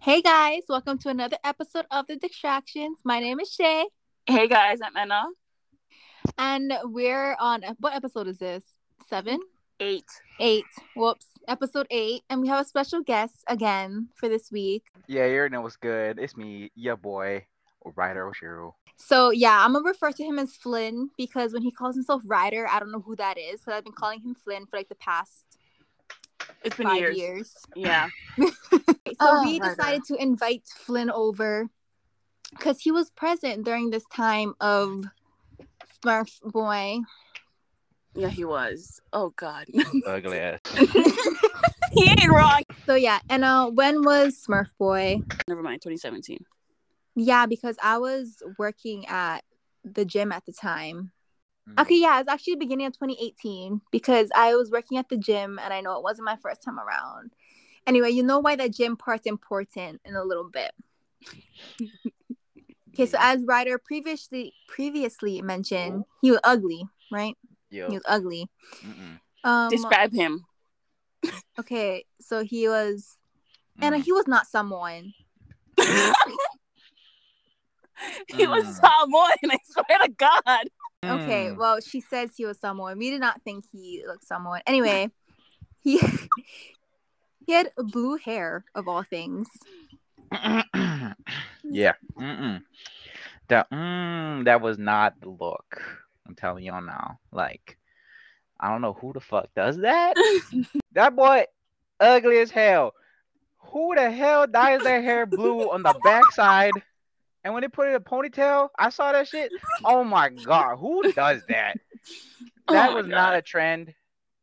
Hey guys, welcome to another episode of The Distractions. My name is Shay, Hey guys, I'm Anna. and we're on what episode is this? Seven? Eight. Eight. Whoops. Episode eight. And we have a special guest again for this week. Yeah, you already know what's good. It's me, your boy, Ryder Oshiro. So yeah, I'm gonna refer to him as Flynn because when he calls himself Ryder, I don't know who that is. So I've been calling him Flynn for like the past It's been five years. years. Yeah. So Oh, we Ryder. decided to invite Flynn over because he was present during this time of Smurf Boy. Yeah, he was. Oh God. Ugly ass. he ain't wrong. So yeah, and uh, when was Smurf Boy? Never mind. 2017. Yeah, because I was working at the gym at the time. Mm. Okay, yeah, it's actually the beginning of 2018 because I was working at the gym and I know it wasn't my first time around. Anyway, you know why that gym part's important in a little bit. Okay, so Mm-hmm. as Ryder previously previously mentioned, he was ugly, right? Yo. He was ugly. Mm-mm. Um Describe him. okay, so he was and Mm. he was not someone. He was Mm. Samoan. I swear to God. Okay, Mm. well, she says he was someone. We did not think he looked someone. Anyway, he he had blue hair of all things. Mm. yeah. Mm-mm. That mm, that was not the look. I'm telling y'all now. Like, I don't know who the fuck does that. that boy, ugly as hell. Who the hell dyes their hair blue on the backside? And when they put it in a ponytail, I saw that shit. Oh my god, who does that? That Oh my was not God. a trend.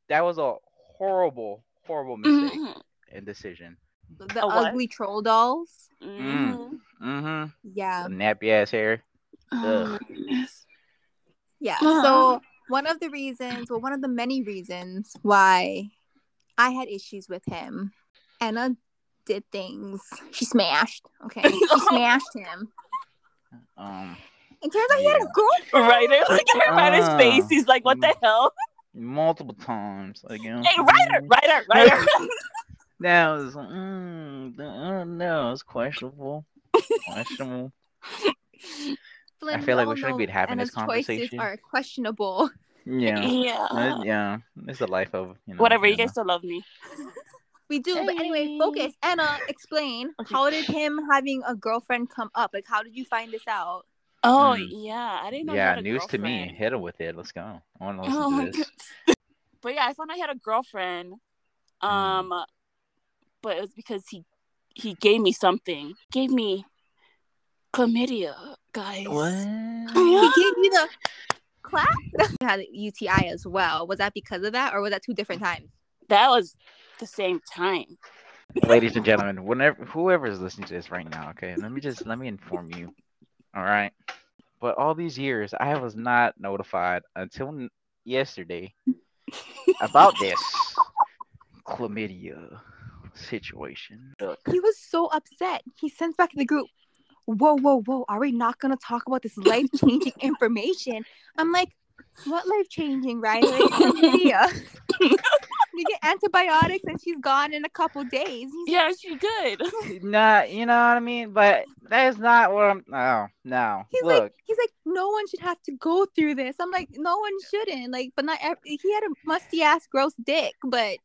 That was a horrible, horrible mistake Mhm. and decision. The A what? ugly troll dolls. Mm. Mhm. Mm-hmm. Yeah, nappy ass hair. Oh my goodness. yeah. Uh. So one of the reasons, well, one of the many reasons why I had issues with him, Anna did things. She smashed. Okay, she smashed him. Um, It turns out he had a Yeah. girlfriend. Ryder, look at Ryder's Ah. face. He's like, what the hell? multiple times. Like, you know, Hey, Ryder, mm, Ryder, Ryder. That was. Mm, I don't know. It's questionable. questionable. Flynn, feel like all we shouldn't know be having this Anna's choices conversation. are questionable. Yeah. yeah. Uh, yeah. It's the life of you know. Whatever, you know. guys still love me. We do, but anyway, Hey. focus. Anna, explain Okay. how did him having a girlfriend come up? Like, how did you find this out? Oh Mm. yeah, I didn't know. he Yeah, had a news to me. girlfriend. Hit him with it. Let's go. I want to listen Oh my to this. goodness. But yeah, I found out he had a girlfriend. Mm. Um, but it was because he he gave me something. Gave me chlamydia, guys. He What? gave you the clap. You had a UTI as well. Was that because of that, or was that two different times? That was the same time. Ladies and gentlemen, whenever whoever is listening to this right now, okay, let me just let me inform you. All right. But all these years, I was not notified until n- yesterday about this chlamydia situation. Look, He was so upset. He sends back the group. Whoa, whoa, whoa! Are we not gonna talk about this life changing information? I'm like, what life changing, right? you get antibiotics, and she's gone in a couple days. He's Yeah, she good. Nah, you know what I mean? But that is not what I'm. No, no. He's Look, like, he's like, no one should have to go through this. I'm like, no one shouldn't. Like, but not ev- he had a musty ass, gross dick. But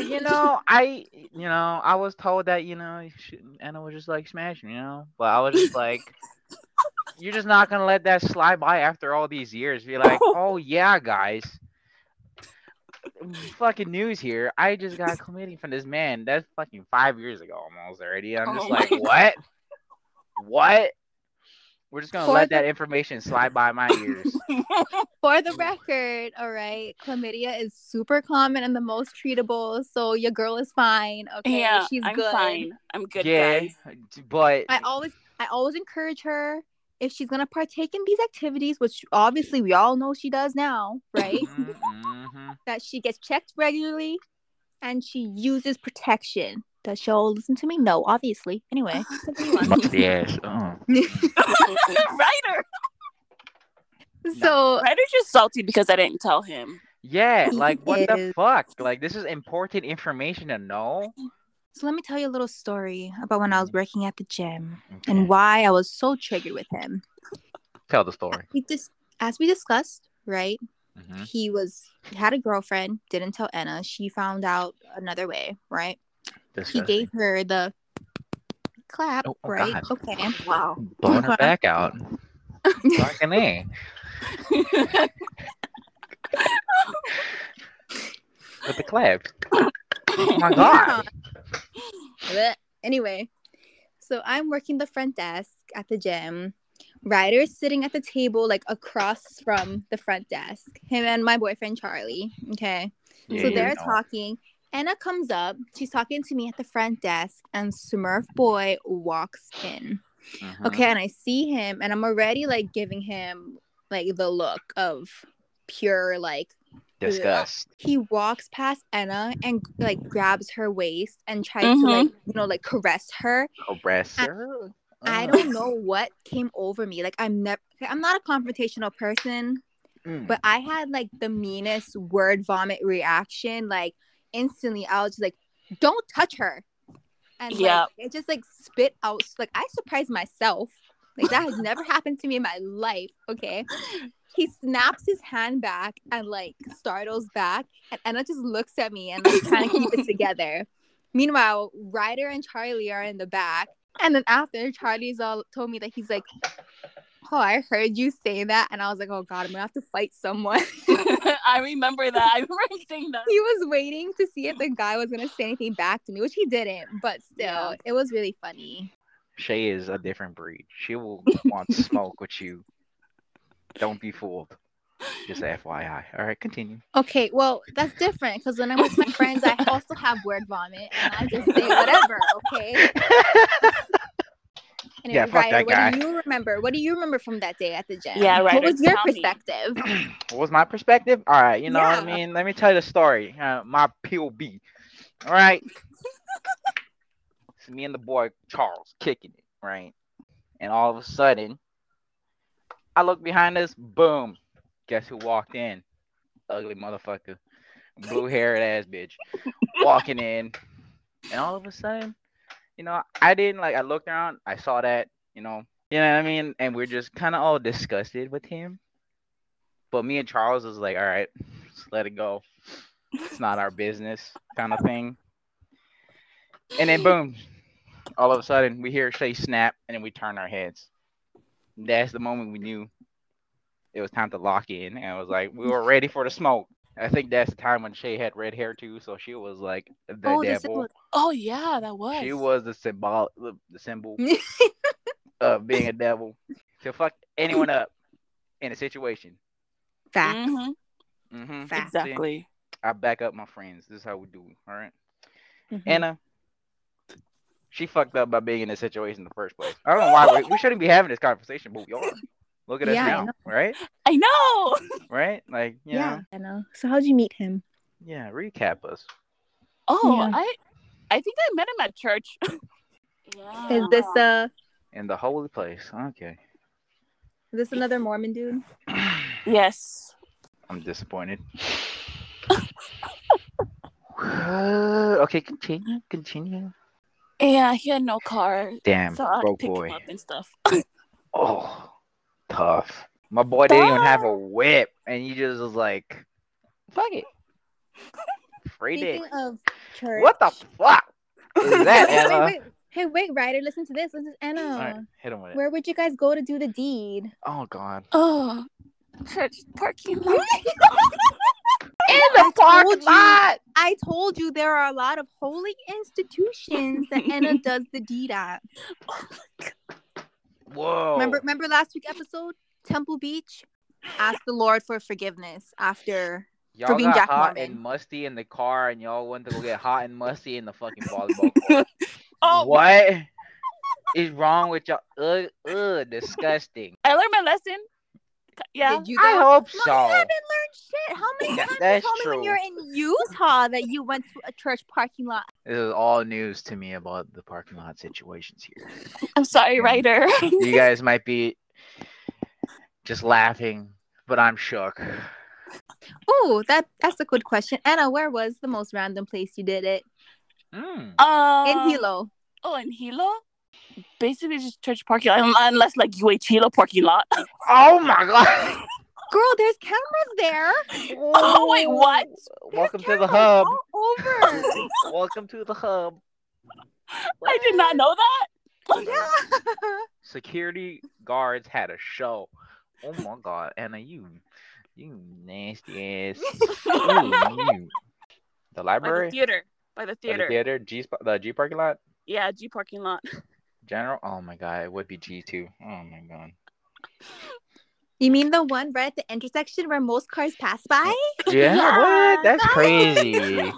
you know, I, you know, I was told that, you know, you shouldn't- and I was just like smashing, you know, but I was just like, you're just not gonna let that slide by after all these years. Be like, oh yeah, guys, fucking news here. I just got chlamydia from this man. That's fucking five years ago almost already. I'm just Oh like, my what? What? We're just gonna For let the- that information slide by my ears. for the record, all right, chlamydia is super common and the most treatable. So your girl is fine. Okay, yeah, she's I'm good. fine. I'm good, yeah, guys. but I always, I always encourage her if she's gonna partake in these activities, which obviously we all know she does now, right? Mm, mhm. that she gets checked regularly, and she uses protection. Does she all listen to me? No, obviously. Anyway, continue on. musty ass. Oh. Ryder, so Ryder's just salty because I didn't tell him. Yeah, He like what is- the fuck? Like this is important information to know. So let me tell you a little story about when I was working at the gym Mm-hmm. Okay. and why I was so triggered with him. Tell the story. We just, as we discussed, right? Mhm. He was had a girlfriend, didn't tell Anna. She found out another way, right? Disgusting. He gave her the clap, Oh, oh, right? God. Okay. Wow. Blowing her back out. Fucking A. With the clap. Oh my god. Blech. anyway, so I'm working the front desk at the gym. Ryder is sitting at the table like across from the front desk. Him and my boyfriend Charlie. Okay. Yeah, so you they're know. talking. Anna comes up. She's talking to me at the front desk, and Smurf Boy walks in. Mhm. Okay, and I see him, and I'm already like giving him like the look of pure like Disgust. he walks past Anna and like grabs her waist and tries Mhm. Mm-hmm. to like you know like caress her. Oppressor. I Uh, don't know what came over me. Like I'm never I'm not a confrontational person, mm. but I had like the meanest word vomit reaction. Like instantly I was just like, don't touch her. And Yeah. like, it just like spit out like I surprised myself. Like that has never happened to me in my life. Okay. He snaps his hand back and like startles back and Anna just looks at me and like trying to keep it together. Meanwhile, Ryder and Charlie are in the back. And then after Charlie's all told me that he's like, Oh, I heard you say that. And I was like, Oh God, I'm gonna have to fight someone. I remember that. I remember saying that. he was waiting to see if the guy was gonna say anything back to me, which he didn't, but still, Yeah. it was really funny. Shay is a different breed. She will want smoke with you. Don't be fooled. Just FYI. All right, continue. Okay, well, that's different because when I'm with my friends, I also have word vomit and I just say whatever, okay? Anyway, Yeah, fuck Ryder, that guy. what do you remember? What do you remember from that day at the gym? Yeah, What Ryder, was your tell me. perspective? what was my perspective? All right, you know what I Yeah. mean. Let me tell you the story. Uh, my POB. All right, it's me and the boy Charles kicking it right, and all of a sudden, I look behind us. Boom! Guess who walked in? Ugly motherfucker, blue haired ass bitch, walking in, and all of a sudden, you know, I didn't like. I looked around. I saw that. You know. You know what I mean? And we're just kind of all disgusted with him. But me and Charles was like, all right, just let it go. It's not our business, kind of thing. And then boom, all of a sudden we hear Shay snap, and then we turn our heads. That's the moment we knew it was time to lock in, and I was like, we were ready for the smoke. I think that's the time when Shay had red hair too, so she was like the Oh, this devil. was Oh yeah, that was. She was the symbol, the the symbol of being a devil to fuck anyone up in a situation. facts. Mhm, hmm Facts. Exactly. I back up my friends. This is how we do. it, All right. Mm-hmm, Anna, she fucked up by being in this situation in the first place. I don't know why we, we shouldn't be having this conversation, but we are. Look at us Yeah, I now, know. right? I know. Right? Like, you yeah, know, I know. So how'd you meet him? yeah. Recap us. Oh, Yeah. I, I think I met him at church. yeah. Is this uh in the holy place. Okay. is this another Mormon dude? Yes. I'm disappointed. Uh, okay, continue, continue. Yeah, he had no car, Damn, so I broke picked boy. him up and stuff. Oh, tough. My boy didn't even have a whip, and you just was like, fuck it. Free dick. Speaking of church. What the fuck is that, Wait, Anna? wait, wait. Hey, wait, Ryder, listen to this. This is Anna. All right, hit him with it. Where would you guys go to do the deed? Oh, God. Oh, church parking lot. In the the parking parking told you. lot! lot! I told you there are a lot of holy institutions that Anna does the deed at. Whoa. Remember, remember last week episode, Temple Beach. Ask the Lord for forgiveness after. y'all for being got Jack hot Mormon. and musty in the car, and y'all went to go get hot and musty in the fucking volleyball court. Oh, What is wrong with y'all? Ugh, ugh, disgusting. I learned my lesson. Yeah. Did you I go? hope No, so. you haven't learned shit. How many Yeah, times you that's told me when true. you're in Utah that you went to a church parking lot? This is all news to me about the parking lot situations here. I'm sorry, writer. you guys might be just laughing, but I'm shook. Oh, that that's a good question, Anna. Where was the most random place you did it? Mm. Um, in Hilo. Oh, in Hilo? Basically, just church parking lot, un- unless like you wait Hilo parking lot. Oh my god. Girl, there's cameras there. Oh, wait, what? There's Welcome to the cameras hub. All over. Welcome to the hub. I did not know that. yeah. Security guards had a show. Oh my god, Anna, you, you nasty ass. Ooh, you. The By the library, theater. By the By theater. the theater, G spot, the G parking lot, Yeah, G parking lot. general. Oh my god, it would be G two. Oh my god. You mean the one right at the intersection where most cars pass by? Yeah, what? That's that- crazy.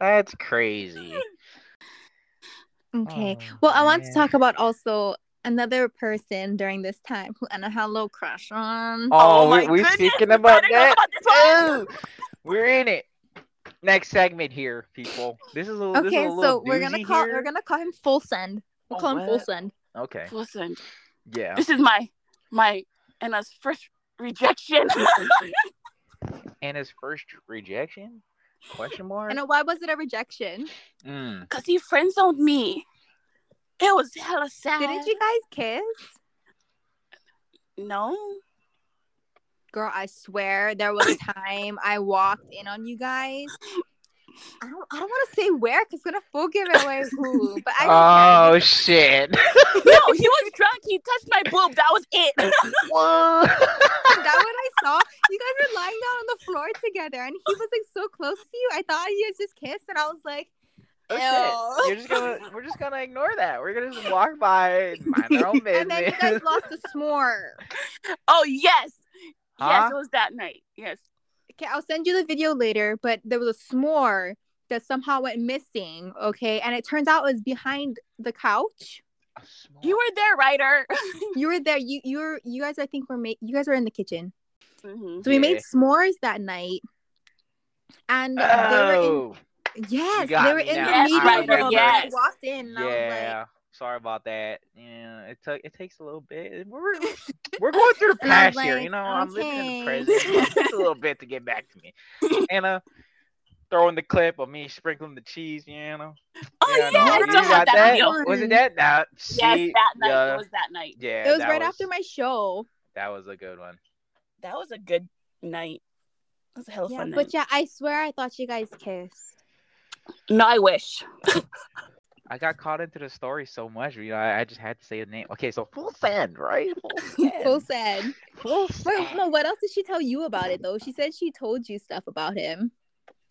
That's crazy. Okay. Oh, Well, I want to man. talk about also another person during this time who Anna had a little crush on. Oh, Oh we, my we're goodness, speaking I about didn't know that. about this one. Ooh, we're in it. Next segment here, people. This is a little. okay, so we're gonna call we're gonna call him Full Send. We'll Oh, call him Full what? Send. gonna. Okay. Listen, Yeah. this is my my Anna's first rejection. And his first rejection? Question mark. And why was it a rejection? Mm. Cause he friend zoned me. It was hella sad. Didn't you guys kiss? No. Girl, I swear there was a time I walked in on you guys. I don't, I don't want to say where because it's gonna full give it away who, but I Oh shit. No, he was drunk. He touched my boob. That was it. Whoa. don't that what I saw. You guys were lying down on the floor together, and he was like so close to you. I thought you guys just kissed, and I was like, Ew. Oh, shit. You're just gonna we're just gonna ignore that. We're gonna just walk by and mind our own business. and then you guys lost a s'more. Oh yes. Huh? Yes, it was that night. Yes. Okay, I'll send you the video later, but there was a s'more that somehow went missing. Okay, and it turns out it was behind the couch. A small- You were there, writer. You were there. You you were you guys. I think were ma- you guys were in the kitchen. hmm So we made Yeah. s'mores that night, and Oh, they were in yes, got they were me in now. the Yes, meeting right, room. and I yes. walked in. And I was yeah. Sorry about that. Yeah, it took it takes a little bit. We're we're going through the And I was past here, like, you know. I'm living in the okay. present. It takes a little bit to get back to me. Anna throwing the clip of me sprinkling the cheese, you know. Oh yeah, no, I you I still remember got have that, that. video. video. Was it that? Nah, Yes, that she- night. Yeah, It was that night. yeah, like, it was that right after my show. That was a good one. That was a good night. That was a hell of a Yeah, fun night. but yeah, I swear I thought you guys kissed. No, I wish. I got caught into the story so much, you know. I, I just had to say the name. Okay, so full send, right? Full Full send. said. Full Wait, send. no, what else did she tell you about it though? She said she told you stuff about him.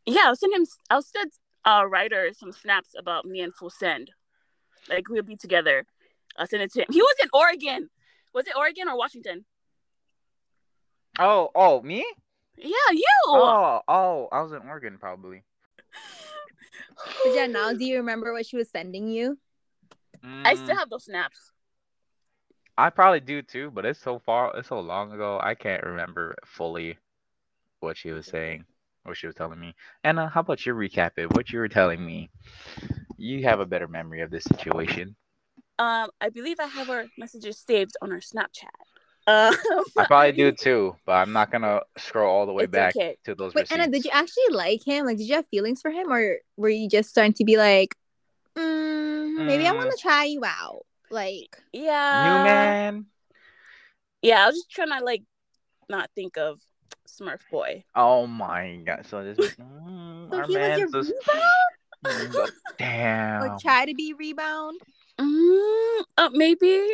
Yeah, I'll send him. I'll send uh writer some snaps about me and Full Send. Like we'll be together. I'll send it to him. He was in Oregon. Was it Oregon or Washington? Oh, oh, me? Yeah, you. Oh, oh, I was in Oregon probably. But yeah, now do you remember what she was sending you? I still Mm, have those snaps. I probably do too, but it's so far, it's so long ago, I can't remember fully what she was saying, what she was telling me. Anna, how about you recap it? What you were telling me? You have a better memory of this situation. Um, I believe I have our messages saved on our Snapchat. Um, I probably do too, but I'm not gonna scroll all the way It's back okay. to those. Wait, Anna, receipts. did you actually like him? Like, did you have feelings for him, or were you just starting to be like, mm, maybe I Mm. want to try you out? Like, Uh, yeah. New man. Yeah, I was just trying to like not think of Smurf Boy. Oh my god! So this. Mm, so he our was your man's just- rebound, Mm, but Damn. or try to be rebound. Mm, uh, maybe.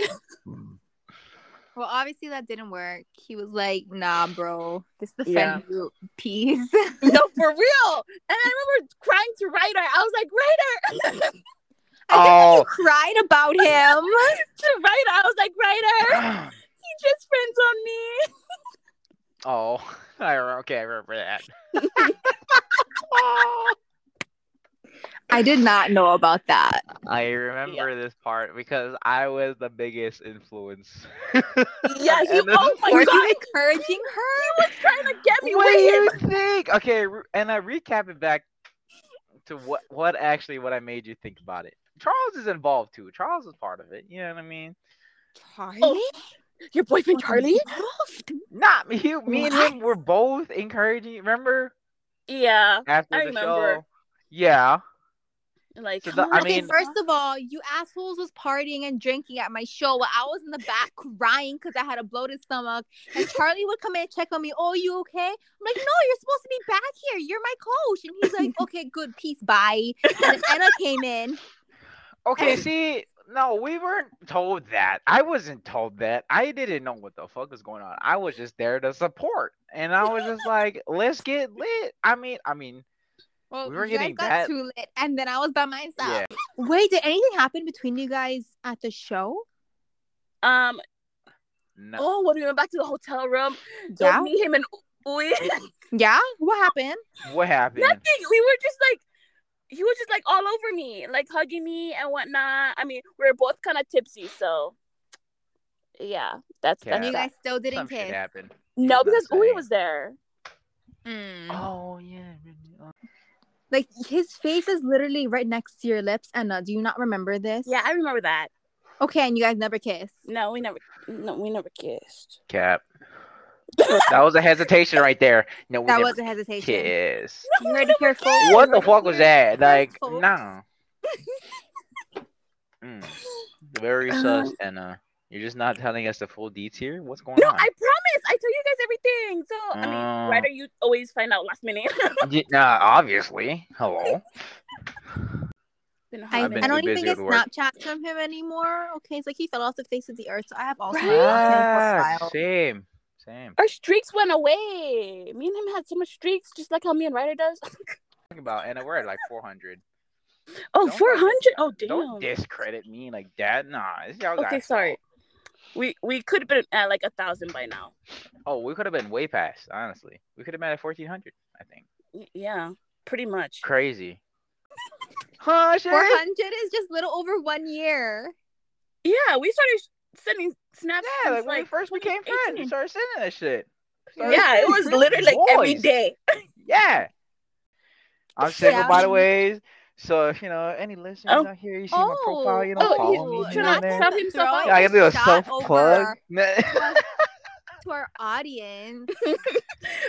Well, obviously that didn't work. He was like, "Nah, bro, this is the Yeah. friend group piece." no, for real. And I remember crying to Ryder. I was like, Ryder. I Oh. think you cried about him. to Ryder, I was like, Ryder, he just friends on me. oh, I re- okay. I remember that. I did not know about that. I remember this part because I was the biggest influence. Yeah, he, And then- oh my Were god, you encouraging her? trying to get me what do with him. you think? Okay, re- and I recap it back to what what actually what I made you think about it. Charles is involved too. Charles is part of it. You know what I mean? Charlie? Your boyfriend Charlie? Not me. he- Me and him What? were both encouraging. Remember Yeah. after I the remember. show? Yeah. Like, So the- I okay, mean- first of all, you assholes was partying and drinking at my show while I was in the back crying because I had a bloated stomach. And Charlie would come in and check on me. Oh, you okay? I'm like, no, you're supposed to be back here. You're my coach. And he's like, okay, good, peace, bye. And then Anna came in. Okay, see, no, we weren't told that. I wasn't told that. I didn't know what the fuck was going on. I was just there to support, and I was just like, "Let's get lit." I mean, I mean, Well, We were you guys getting got that- too lit, and then I was by myself. yeah. Wait, did anything happen between you guys at the show? um, No, oh, when we went back to the hotel room, Yeah. yeah. me, him, and Uwe. Yeah, what happened? what happened? Nothing. We were just like, he was just like all over me, like hugging me and whatnot. I mean, we were both kind of tipsy, so yeah, that's Yeah. And that's you guys that. still Some didn't shit kiss. happened. No, I'm not because Uwe saying. was there. Mm. Oh yeah. really, oh. Like his face is literally right next to your lips, Anna. Do you not remember this? Yeah, I remember that. Okay, and you guys never kiss. No, we never, no, we never kissed. Cap. that was a hesitation right there. No, we That never was a hesitation. kiss. You heard it here first. You What the heard it fuck was here that? first, Like, folks. no. Mm. Very Uh-huh. sus, Anna. You're just not telling us the full deets here. What's going No, on? I promise. I tell you guys everything. So I Oh. mean, why do you always find out last minute? Y- nah, obviously. Hello. Been I, I've been I too don't even busy get with work. Snapchats from him anymore. Okay, it's like he fell off the face of the earth. So I have all Right? sorts of content for a while. Ah, same. Same. Our streaks went away. Me and him had so much streaks, just like how me and Ryder does. Talking about Anna, we're at like 400. Oh, Don't- 400? Oh, damn. Don't discredit me like that. Nah, it's y'all okay, guys. sorry. We we could have been at like a thousand by now. Oh, we could have been way past. Honestly, we could have been at 1400. I think. Y- Yeah, pretty much. Crazy. huh? Shit? 400 is just little over one year. Yeah, we started sh- sending snaps. Yeah, like since, when we first became friends, we 2018. started sending that shit. Started Yeah, it sending was freaking literally like every boys. day. Yeah. I'm Yeah. single, by the way. So if you know any listeners Oh. out here, you see my profile, you don't oh, follow he's me. trying here to and there. sell himself out. Throwing Yeah, I can do a shot self over plug. to our audience.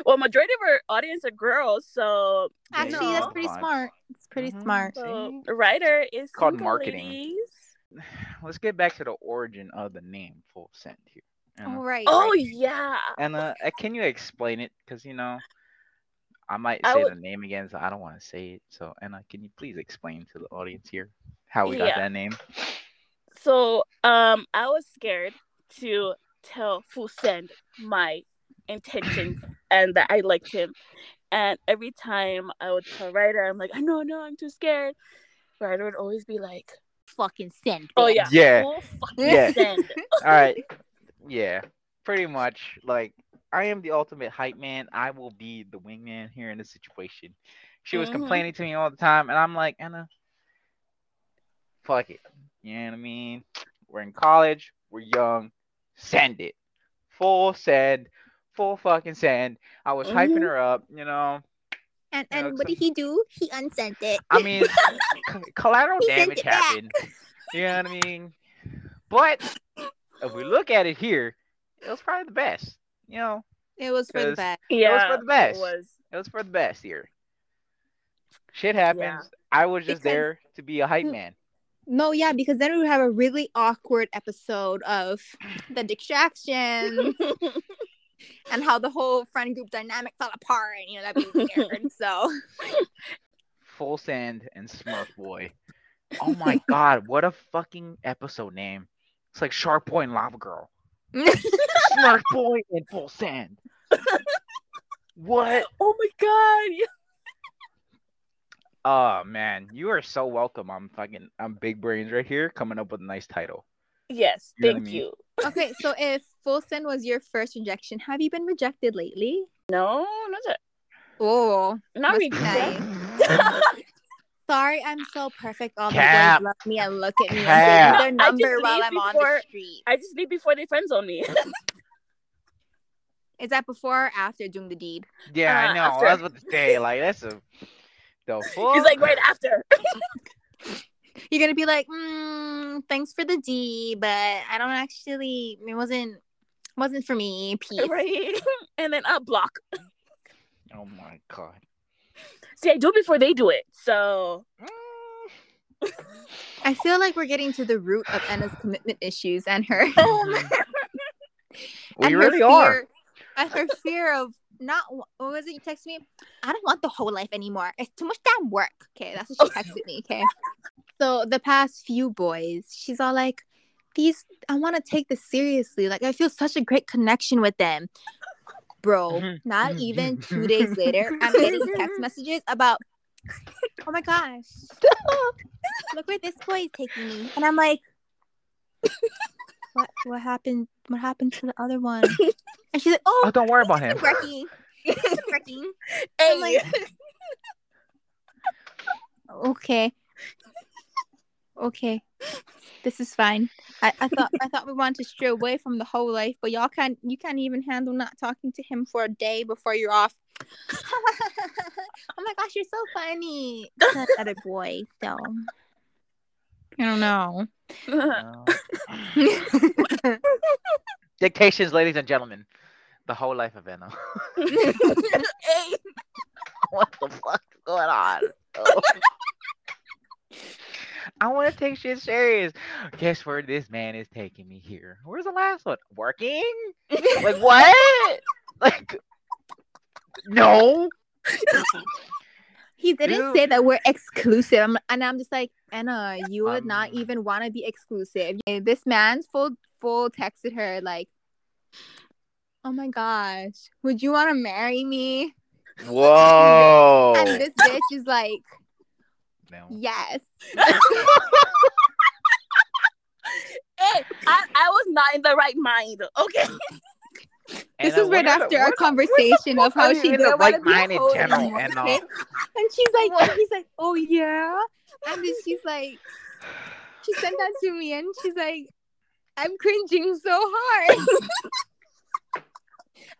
Well, majority of our audience are girls, so Actually, No. that's pretty smart. It's pretty Mm-hmm. Mhm. smart. so See? Ryder is Called single, marketing. ladies. Let's get back to the origin of the name Full Send here. All Anna, right. Oh yeah. Anna, uh, can you explain it? Because you know, I might I say would- the name again, so I don't want to say it. So Anna, can you please explain to the audience here how we got Yeah. that name? So um I was scared to tell Fusen my intentions and that I liked him. And every time I would tell Ryder, I'm like, I know, no, I'm too scared. Ryder would always be like, fucking send. Oh yeah. Yeah. full fucking Yeah. send. All right. Yeah. Pretty much. Like, I am the ultimate hype man. I will be the wingman here in this situation. She was Mhm. Mm-hmm. complaining to me all the time, and I'm like, Anna, fuck it. You know what I mean? We're in college. We're young. Send it. Full send. Full fucking send. I was Mm-hmm. hyping Mhm. her up, you know. And Yeah, and looks what did like- he do? He unsent it. I mean, c- collateral He sent damage it back. happened. You know what I mean? But if we look at it here, it was probably the best. You know, It was for the Because- best. Yeah. for the best. It was. it was for the best here. Shit happens. I was Because- just there to be a hype Hmm. Mm. man. No, yeah, because then we would have a really awkward episode of the distractions and how the whole friend group dynamic fell apart. And, you know, that'd be weird. so, Full sand and Smurf boy. Oh my god, what a fucking episode name. It's like Shark Boy and Lava Girl. Smurf boy and full sand. What? Oh my god. yeah. Oh man, you are so welcome. I'm fucking I'm big brains right here coming up with a nice title. Yes, You know what I thank mean? you. okay, so if full send was your first rejection, have you been rejected lately? No, not that. Oh, Must Not really. be nice. sorry, I'm so perfect. All the Cap. boys love me and look at me Cap. and give me I their number just while leave I'm on the before- street. I just leave before they friend zone me. Is that before or after doing the deed? Yeah, I Uh, know. after- I was about to say, like that's a the fuck. He's like right after. You're gonna be like, mm, thanks for the D, but I don't actually. It wasn't wasn't for me. Peace. Right. And then I block. Oh my god. See, I do it before they do it. So Mm, I feel like we're getting to the root of Anna's commitment issues and her we and her Mm-hmm. really are. fear- And her fear of not wa- what was it you texted me? I don't want the whole life anymore. It's too much damn work. Okay, that's what she texted me. Okay. So the past few boys, she's all like, these I want to take this seriously. Like I feel such a great connection with them. Bro, Mhm, not mhm, even mhm. two days later, I'm getting text messages about oh my gosh. Look where this boy is taking me. And I'm like, what what happened? What happened to the other one? And she's like, Oh, Oh, don't worry about he's him. been wrecking. He's been wrecking. Hey, I'm like, okay, okay, this is fine. I, I thought I thought we wanted to stray away from the whole life, but y'all can't. You can't even handle not talking to him for a day before you're off. oh my gosh, you're so funny. That other boy, so I don't know. No. Dictations, ladies and gentlemen. The whole life of Venom. hey. what the fuck is going on? Oh. I want to take shit serious. Guess where this man is taking me here? Where's the last one? Working? like what? Like no. He didn't Dude. say that we're exclusive, I'm- and I'm just like Anna. You would not Um. even want to be exclusive. And this man's full full texted her like, "Oh my gosh, would you want to marry me?" Whoa. And this bitch is like, No. "Yes." Hey, I, I was not in the right mind. Okay. This And I is right wonder- after our what- conversation of fuck are how you she in the didn't want right to be mind a in hoe general, anymore, and, okay? uh, And she's like, What? he's like, "Oh yeah," and then she's like, she sent that to me, and she's like, "I'm cringing so hard."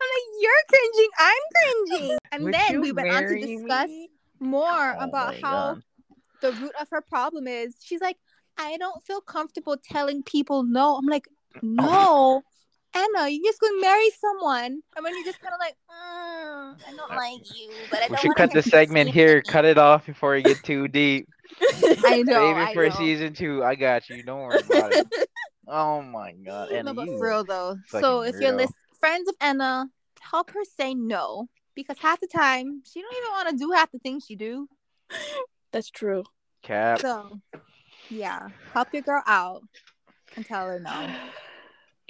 I'm like, "You're cringing, I'm cringing," and Would then you we went on to marry me? discuss more Oh about my how God. the root of her problem is. She's like, "I don't feel comfortable telling people no." I'm like, Oh "No." Anna, you're just going to marry someone, and when you're just kind of like, mm, I don't like you, but I Uh, We don't should wanna cut hurt the your segment here. feelings." Cut it off before you get too deep. I know, Save I it for know. season two. I got you. Don't worry about it. oh my god. no, Anna, but you- for real though. fucking So if you're weirdo. list- friends of Anna, help her say no because half the time she don't even want to do half the things she do. That's true. Cap. So yeah, help your girl out and tell her no.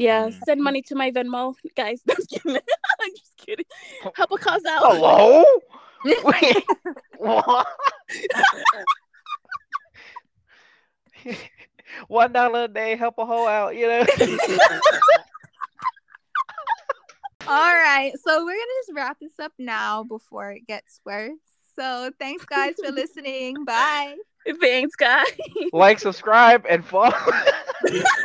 Yeah, Mm. send money to my Venmo, guys. I'm just kidding. I'm just kidding. Help a cause out. Hello? Wait. what? One dollar a day, help a hoe out, you know? All right, so we're gonna just wrap this up now before it gets worse. So thanks guys for listening. Bye. Thanks, guys. like, subscribe, and follow.